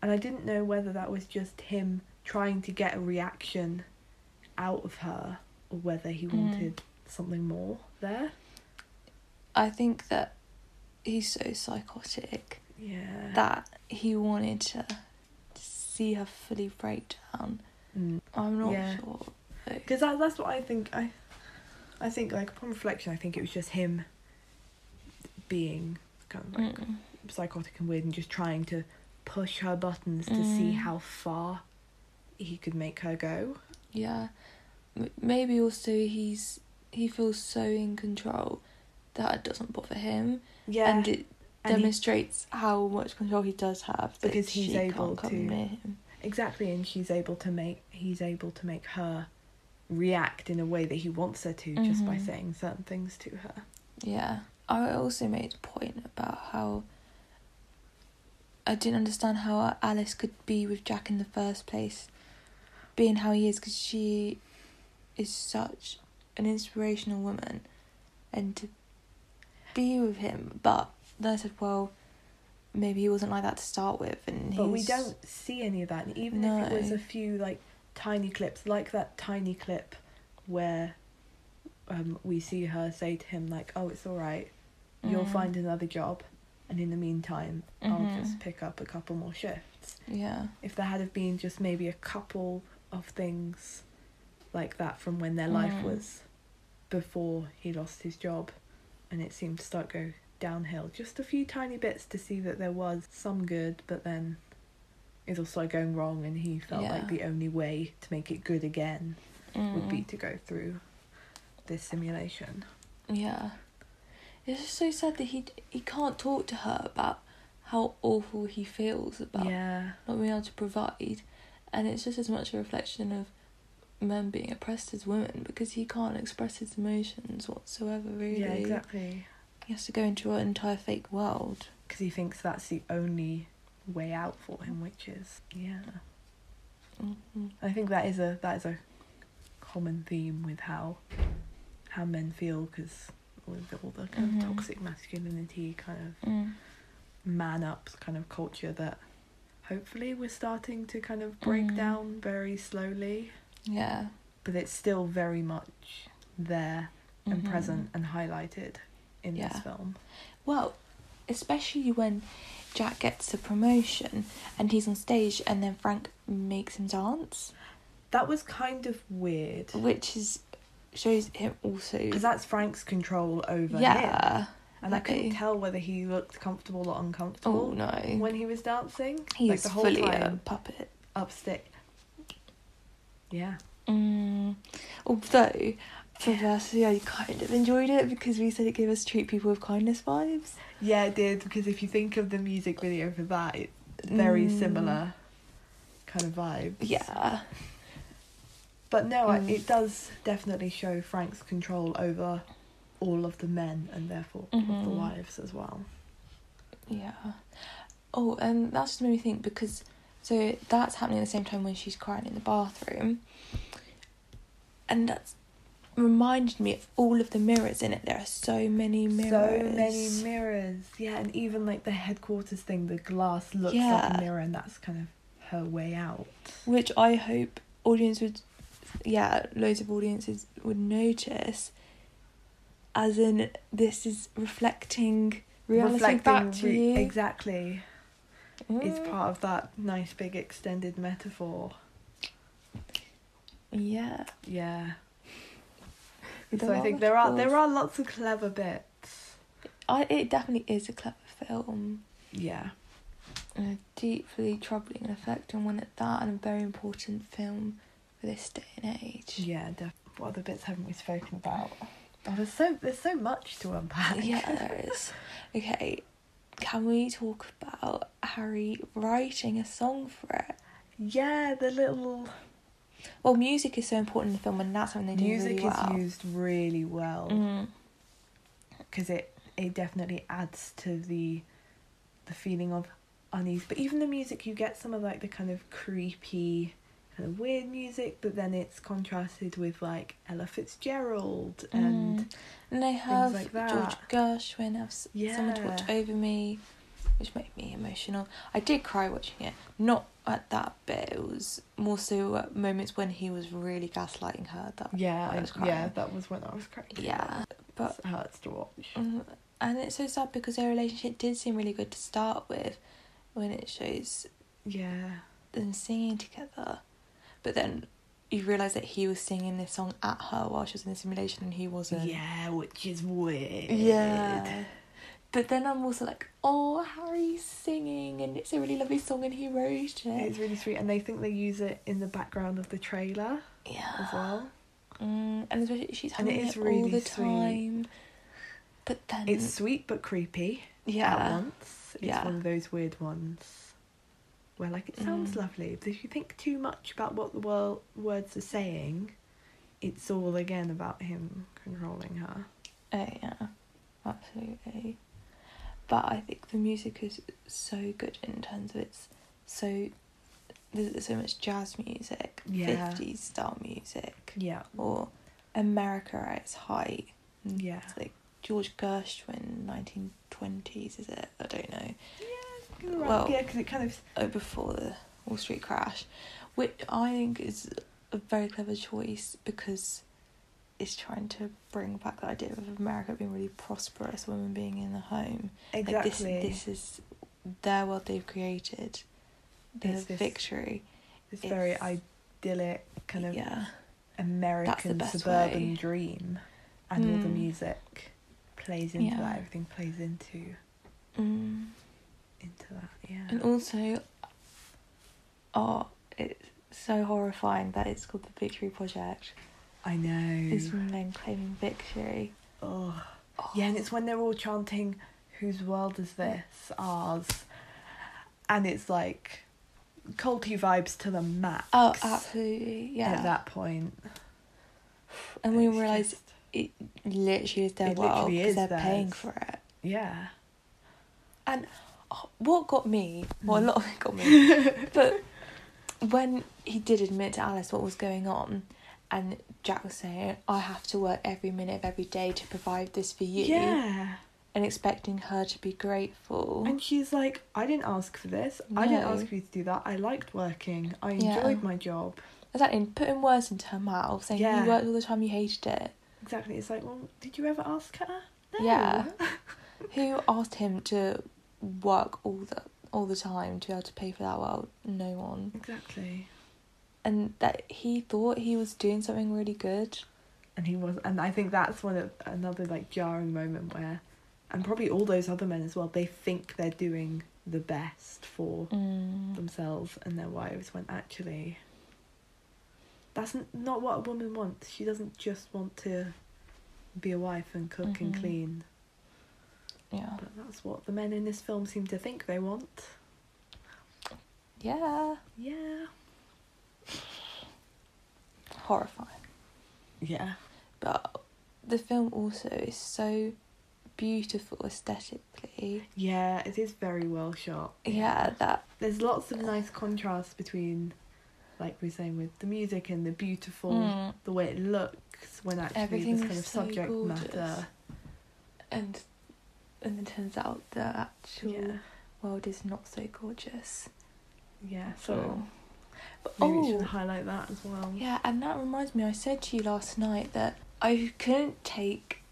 And I didn't know whether that was just him trying to get a reaction out of her or whether he Mm. wanted something more there. I think that he's so psychotic Yeah. that he wanted to see her fully break down. Mm. I'm not Yeah. sure. because that, that's what I think. I, I think like upon reflection, I think it was just him being kind of like Mm. psychotic and weird, and just trying to push her buttons to see Mm. how far he could make her go. Yeah, M- maybe also he's he feels so in control that it doesn't bother him, Yeah, and it and he- demonstrates how much control he does have that Because he's she able can't come to- near him. exactly, and she's able to make he's able to make her react in a way that he wants her to just by Mhm. saying certain things to her. Yeah, I also made a point about how I didn't understand how Alice could be with Jack in the first place, being how he is, because she is such an inspirational woman, and to be with him. But then I said, well, maybe he wasn't like that to start with, and But he we was- don't see any of that. And even if it was No. a few like tiny clips, like that tiny clip where um, we see her say to him like, "Oh, it's all right. You'll Mm. find another job, and in the meantime, I'll Mhm. just pick up a couple more shifts." Yeah. If there had have been just maybe a couple of things like that from when their life Mm. was before he lost his job, and it seemed to start go downhill. Just a few tiny bits to see that there was some good, but then it all started going wrong, and he felt like Yeah. the only way to make it good again would be Mm. to go through this simulation. Yeah. It's just so sad that he he can't talk to her about how awful he feels about yeah, not being able to provide, and it's just as much a reflection of men being oppressed as women because he can't express his emotions whatsoever. Really, yeah, exactly. he has to go into an entire fake world. Because he thinks that's the only way out for him, which is yeah. hmm I think that is a that is a common theme with how how men feel because all the, all the kind Mhm. of toxic masculinity kind of Mm. man up kind of culture that hopefully we're starting to kind of break Mm. down very slowly, Yeah, but it's still very much there and Mhm. present and highlighted in Yeah. this film. Well, especially when Jack gets a promotion and he's on stage, and then Frank makes him dance. That was kind of weird which is shows him also because that's Frank's control over him, yeah and I couldn't okay. tell whether he looked comfortable or uncomfortable. oh no when he was dancing. he's like the whole fully time a puppet upstick. Yeah. mm. although perversely I kind of enjoyed it because we said it gave us treat people with kindness vibes Yeah, it did because if you think of the music video for that, it's very Mm. similar kind of vibes. yeah But no, I Mm. it does definitely show Frank's control over all of the men and therefore all of the Mhm. wives as well. yeah oh and that just made me think because so that's happening at the same time when she's crying in the bathroom and that's reminded me of all of the mirrors in it there are so many So mirrors many mirrors. Yeah, and even like the headquarters thing, the glass looks like Yeah. a mirror and that's kind of her way out. which I hope audience would, yeah, loads of audiences would notice. As in, this is reflecting reality back to re- you. Exactly. It's Mm. part of that nice big extended metaphor. Yeah. Yeah. There so I are think there are there metaphors. are lots of clever bits. I, it definitely is a clever film. Yeah. and a deeply troubling effect on one at that, and a very important film for this day and age. Yeah, def- what other bits haven't we spoken about? Oh, there's so there's so much to unpack. Yeah, there is. Okay, can we talk about Harry writing a song for it? yeah, the little Well, music is so important in the film, and that's something they do music really well. is used really well Mm, because it it definitely adds to the the feeling of unease. But even the music, you get some of like the kind of creepy, kind of weird music, but then it's contrasted with like Ella Fitzgerald and mm. and they have like George that. Gershwin have s- someone to Yeah. watch over me, which made me emotional. I did cry watching it, not at that bit. It was more so at moments when he was really gaslighting her. That yeah, I was I- yeah, crying. that was when I was crying. yeah, but It hurts to watch. Mm, and it's so sad because their relationship did seem really good to start with when it shows Yeah. them singing together. But then you realise that he was singing this song at her while she was in the simulation and he wasn't. Yeah, which is weird. Yeah. But then I'm also like, oh, Harry's singing and it's a really lovely song and he wrote it. It's really sweet, and they think they use it in the background of the trailer as Yeah. well. Mm, and especially she's And it humming it, is really all the sweet. time. But then, It's sweet but creepy at yeah. once. It's Yeah. Mm. one of those weird ones where, like, it sounds lovely, but if you think too much about what the world words are saying, it's all again about him controlling her. Oh yeah, absolutely. But I think the music is so good in terms of it's so there's so much jazz music, Yeah. fifties style music, Yeah. or America at its height. Yeah. It's like George Gershwin, nineteen twenties, is it? I don't know. Well, Well- yeah, because it kind of Oh, before the Wall Street crash, which I think is a very clever choice because it's trying to bring back the idea of America being really prosperous, women being in the home. Like this, exactly this is their world they've created. Their It's this- victory. this very it's- idyllic kind of yeah. American best suburban way. dream, and all the Mm. music plays into Yeah. that. Everything plays into Mm. into that. Yeah. And also, oh, it's so horrifying that it's called the Victory Project. I know. These men claiming victory. oh. Oh. Yeah, and it's when they're all chanting, "Whose world is this? Ours," and it's like culty vibes to the max. Oh, absolutely. Yeah. At that point, and we it's realise just- it literally is their It world literally is because they're paying theirs. for it. yeah, And oh, what got me, Hmm. well, a lot of it got me, but when he did admit to Alice what was going on, and Jack was saying, I have to work every minute of every day to provide this for you, yeah. and expecting her to be grateful. And she's like, "I didn't ask for this. I didn't No. ask you to do that. I liked working. I Yeah. enjoyed my job." Exactly, and putting words into her mouth, saying, Yeah. You worked all the time, you hated it. Exactly. It's like, well, did you ever ask her? No. Yeah. Who asked him to work all the all the time to be able to pay for that world? No one. Exactly. And that he thought he was doing something really good. And he was, and I think that's one of another like jarring moment where, and probably all those other men as well. They think they're doing the best for Mm. themselves and their wives when actually. That's n- not what a woman wants. She doesn't just want to be a wife and cook and Mhm. clean. Yeah. But that's what the men in this film seem to think they want. Yeah. Yeah. Horrifying. Yeah. But the film also is so beautiful aesthetically. Yeah, it is very well shot. Yeah, that there's lots of nice contrast between like we were saying with the music and the beautiful Mm. the way it looks when actually Everything this kind is of so subject gorgeous. matter and and it turns out the actual yeah world is not so gorgeous. yeah So so But, maybe we should oh highlight that as well yeah, and that reminds me I said to you last night that I couldn't take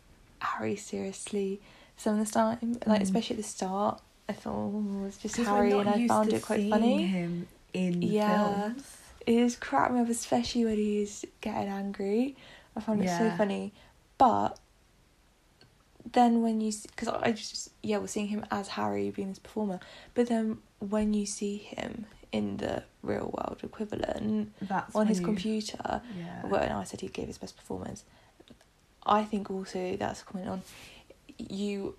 Harry seriously some of the time. Like Mm. especially at the start. I thought oh, it's just 'Cause we're Harry not and I used found to it quite seeing funny. him in Yeah. films It is crap me up, especially when he's getting angry. I found it so Yeah. funny. But then when you because I just yeah we're seeing him as Harry being this performer, but then when you see him in the real world equivalent That's on when his you- computer, Yeah. well, and I said he gave his best performance. I think also that's a comment on you.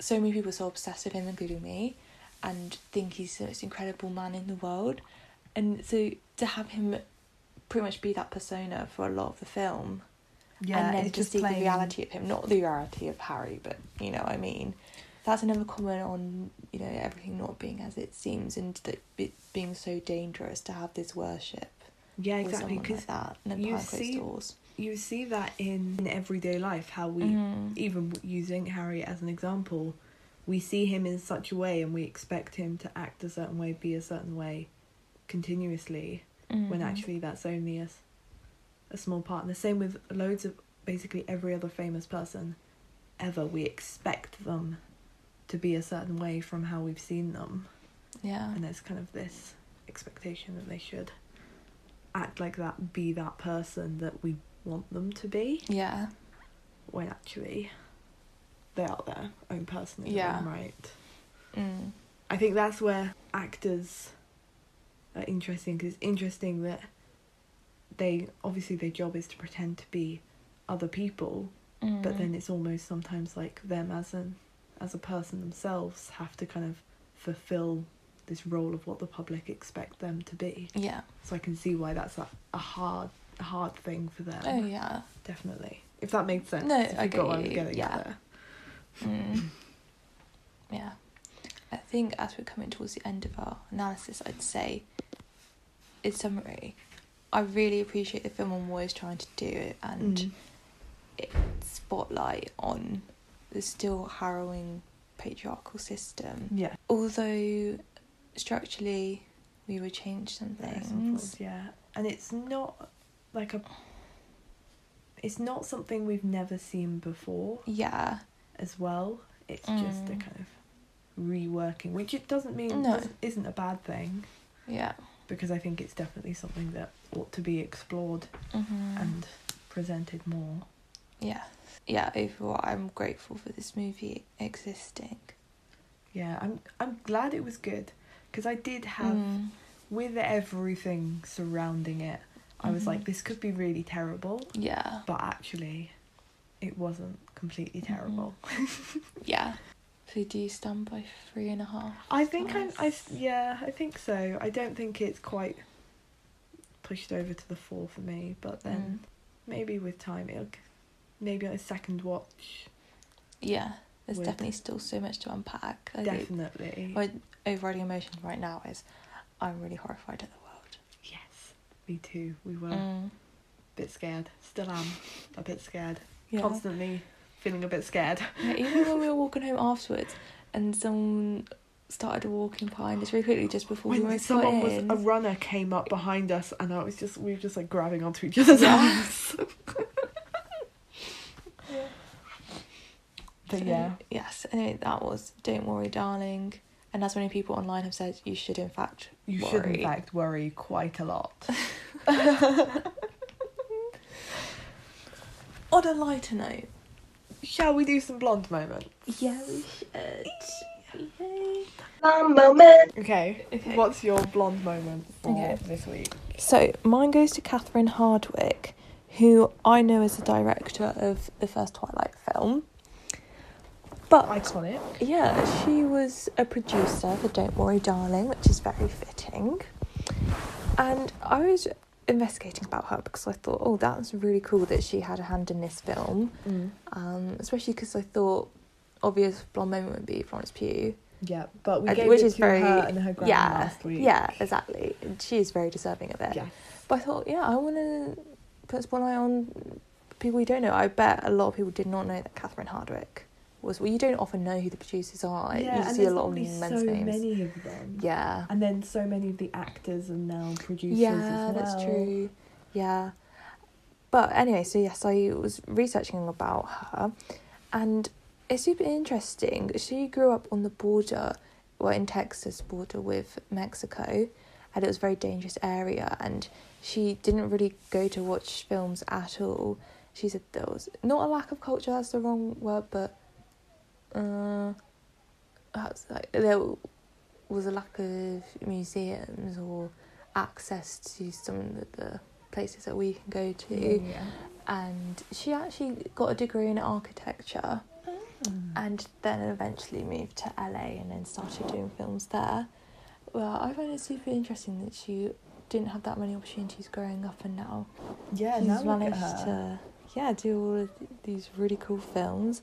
So many people are so obsessed with him, including me, and think he's the most incredible man in the world, and so to have him pretty much be that persona for a lot of the film yeah, and then it's to see playing- the reality of him, not the reality of Harry, but you know, what I mean, that's another comment on you know everything not being as it seems and that it being so dangerous to have this worship. Yeah, for exactly. someone Because like that, and then you behind closed see- doors. you see that in, in everyday life how we Mm. even w- using harry as an example we see him in such a way and we expect him to act a certain way be a certain way continuously when Mm. actually that's only a, s- a small part and the same with loads of basically every other famous person ever we expect them to be a certain way from how we've seen them yeah, and there's kind of this expectation that they should act like that, be that person that we want them to be, yeah, when actually they are their own person in Yeah. their own right. mm. I think that's where actors are interesting because it's interesting that they obviously their job is to pretend to be other people, Mm. but then it's almost sometimes like them as an as a person themselves have to kind of fulfill this role of what the public expect them to be. yeah, So I can see why that's a, a hard a hard thing for them. oh yeah, Definitely. If that makes sense. No, if I you've get got what I'm you, getting yeah. at there. mm. yeah. I think as we're coming towards the end of our analysis, I'd say, in summary, I really appreciate the film and what it's trying to do, and. Mm. spotlight on the still harrowing patriarchal system. Yeah. Although structurally we would change some there are things. some flaws, yeah. And it's not like a it's not something we've never seen before Yeah. as well. It's just a Mm. kind of reworking, which it doesn't mean No. doesn't- isn't a bad thing Yeah. because I think it's definitely something that ought to be explored Mm-hmm. and presented more. yeah. Yeah, overall I'm grateful for this movie existing. Yeah, I'm I'm glad it was good because I did have Mm. with everything surrounding it, I was Mhm. like, this could be really terrible, Yeah. but actually, it wasn't completely Mm-hmm. terrible. Yeah. So do you stand by three and a half? I think I'm, I stars? s- yeah, I think so. I don't think it's quite pushed over to the four for me, but then Mm. maybe with time, it'll c- maybe on a second watch, Yeah. There's With- definitely still so much to unpack. I think definitely. my overriding emotion right now is I'm really horrified at the world. Yes, me too. We were a Mm. bit scared. Still am a bit scared. Yeah. Constantly feeling a bit scared. Yeah, even when we were walking home afterwards, and someone started walking behind us really quickly just before we when went someone got was in. a runner came up behind us and I was just we were just like grabbing onto each other's Yeah. arms. But So, yeah. Yes. Anyway, that was "Don't Worry, Darling," and as many people online have said, you should in fact You worry. should in fact worry quite a lot. On a lighter note, Shall we do some blonde moment? yeah, we should. Yay. Mom moment. Okay. Okay. What's your blonde moment for Okay. this week? So mine goes to Catherine Hardwick, who I know is the director of the first Twilight film. But Iconic. Yeah, she was a producer for Don't Worry Darling, which is very fitting. And I was investigating about her because I thought, oh, that's really cool that she had a hand in this film. Mm. Um, especially because I thought obvious blonde moment would be Florence Pugh, Yeah, but we and- gave Uh, which it is to very her and her grandma yeah, last week. yeah, exactly. And she is very deserving of it. Yes. But I thought, yeah, I want to put spotlight on people you don't know. I bet a lot of people did not know that Catherine Hardwick was. Well, you don't often know who the producers are. yeah, you and see a there's lot of only men's so names. many of them. Yeah. And then so many of the actors are now producers yeah, as well. that's true. Yeah. But anyway, so yes, I was researching about her and it's super interesting. She grew up on the border, well, in Texas border with Mexico, and it was a very dangerous area. And she didn't really go to watch films at all. She said there was not a lack of culture, that's the wrong word, but uh, that's like there was a lack of museums or access to some of the places that we can go to Mm, Yeah. and she actually got a degree in architecture and then eventually moved to LA and then started doing films there. Well, I find it super interesting that she didn't have that many opportunities growing up and now Yeah, she's now look at managed her. to yeah, do all of th- these really cool films.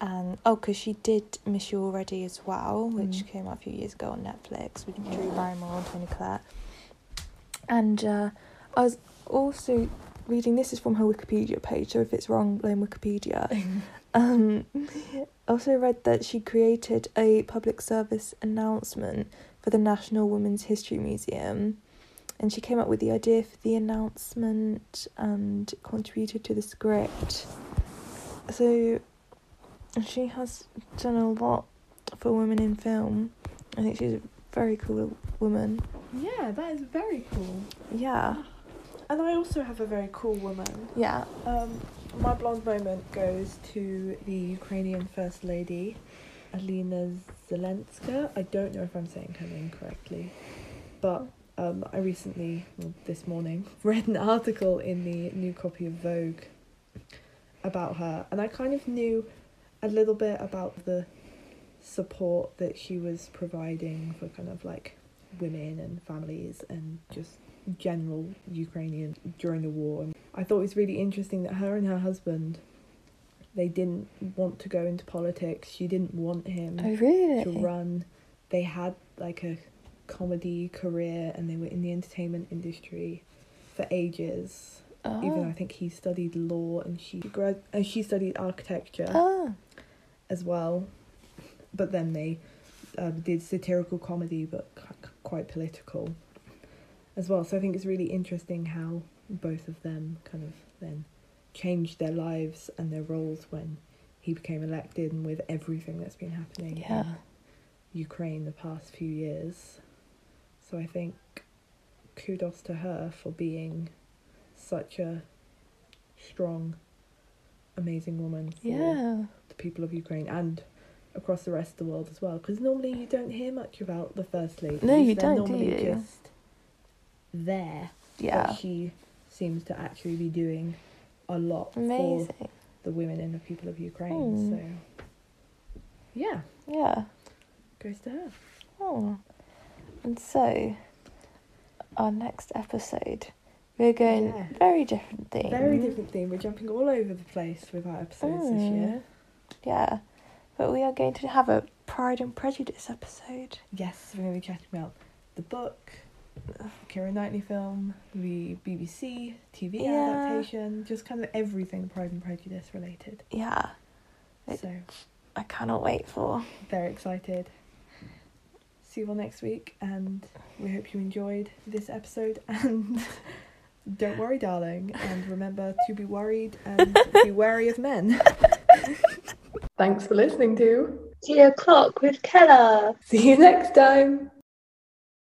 And oh, because she did Miss You Already as well, which Mm. came out a few years ago on Netflix with Drew Barrymore and Tony Collette. And uh, I was also reading this is from her Wikipedia page, so if it's wrong, blame Wikipedia. um, I also read that she created a public service announcement for the National Women's History Museum. And she came up with the idea for the announcement and contributed to the script. So she has done a lot for women in film. I think she's a very cool woman. Yeah, that is very cool. Yeah, And I also have a very cool woman. yeah. Um, my blonde moment goes to the Ukrainian First Lady, Alina Zelenska. I don't know if I'm saying her name correctly, but um, I recently, well, this morning, read an article in the new copy of Vogue about her, and I kind of knew a little bit about the support that she was providing for kind of like women and families and just general Ukrainian during the war and I thought it was really interesting that her and her husband they didn't want to go into politics. She didn't want him Oh, to really? run. They had like a comedy career and they were in the entertainment industry for ages. Oh. Even I think he studied law and she grad and she studied architecture Oh, as well. But then they um, did satirical comedy, but c- quite political as well. So I think it's really interesting how both of them kind of then changed their lives and their roles when he became elected and with everything that's been happening Yeah. in Ukraine the past few years. So I think kudos to her for being such a strong, amazing woman for yeah. the people of Ukraine and across the rest of the world as well. Because normally you don't hear much about the First Lady. No, you They're don't, do normally you? just there. Yeah. But she seems to actually be doing a lot for Amazing. the women and the people of Ukraine. Hmm. So, yeah, Yeah. goes to her. Oh. And so, our next episode, we're going Yeah. very different things. Very different theme. We're jumping all over the place with our episodes this Hmm. year. Yeah. But we are going to have a Pride and Prejudice episode. Yes, we're going to be chatting about the book, the Keira Knightley film, the BBC TV Yeah. adaptation, just kind of everything Pride and Prejudice related. Yeah. It- So, I cannot wait for. very excited. See you all next week, and we hope you enjoyed this episode. And don't worry, darling, and remember to be worried and be wary of men. Thanks for listening to. Tea O'Clock with Keller. See you next time.